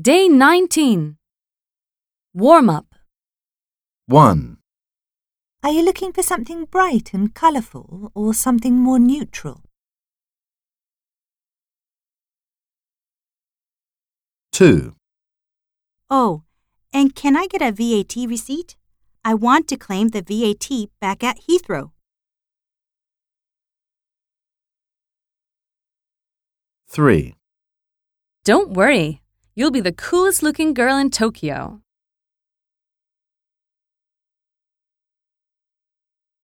Day 19. Warm up. 1. Are you looking for something bright and colourful or something more neutral? 2. Oh, and can I get a VAT receipt? I want to claim the VAT back at Heathrow. 3. Don't worry, you'll be the coolest looking girl in Tokyo.